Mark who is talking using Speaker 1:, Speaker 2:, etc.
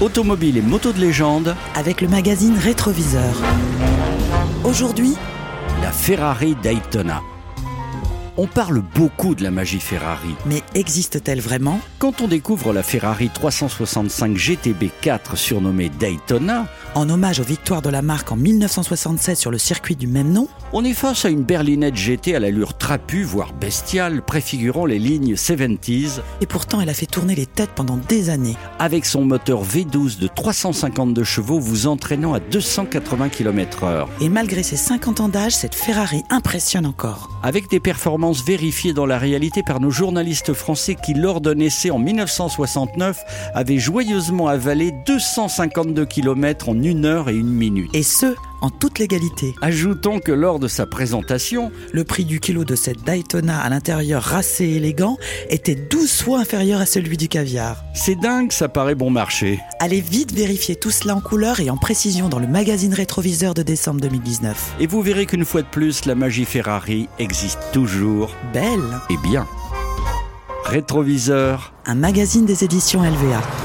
Speaker 1: Automobiles et motos de légende,
Speaker 2: avec le magazine Rétroviseur. Aujourd'hui,
Speaker 1: la Ferrari Daytona. On parle beaucoup de la magie Ferrari.
Speaker 2: mais existe-t-elle vraiment
Speaker 1: Quand on découvre la Ferrari 365 GTB4 surnommée Daytona,
Speaker 2: En hommage aux victoires de la marque en 1976 sur le circuit du même nom,
Speaker 1: on est face à une berlinette GT à l'allure trapue, voire bestiale, préfigurant les lignes 70s
Speaker 2: et pourtant elle a fait tourner les têtes pendant des années.
Speaker 1: avec son moteur V12 de 352 chevaux vous entraînant à 280 km/h.
Speaker 2: Et malgré ses 50 ans d'âge, cette Ferrari impressionne encore.
Speaker 1: Avec des performances vérifiées dans la réalité par nos journalistes français qui, lors d'un essai en 1969, avaient joyeusement avalé 252 km en une heure et une minute.
Speaker 2: Et ce, en toute légalité.
Speaker 1: Ajoutons que lors de sa présentation,
Speaker 2: Le prix du kilo de cette Daytona à l'intérieur racé et élégant était 12 fois inférieur à celui du caviar.
Speaker 1: c'est dingue, ça paraît bon marché.
Speaker 2: Allez vite vérifier tout cela en couleur et en précision dans le magazine Rétroviseur de décembre 2019.
Speaker 1: Et vous verrez qu'une fois de plus, la magie Ferrari existe toujours
Speaker 2: Belle hein
Speaker 1: et bien. Rétroviseur.
Speaker 2: Un magazine des éditions LVA.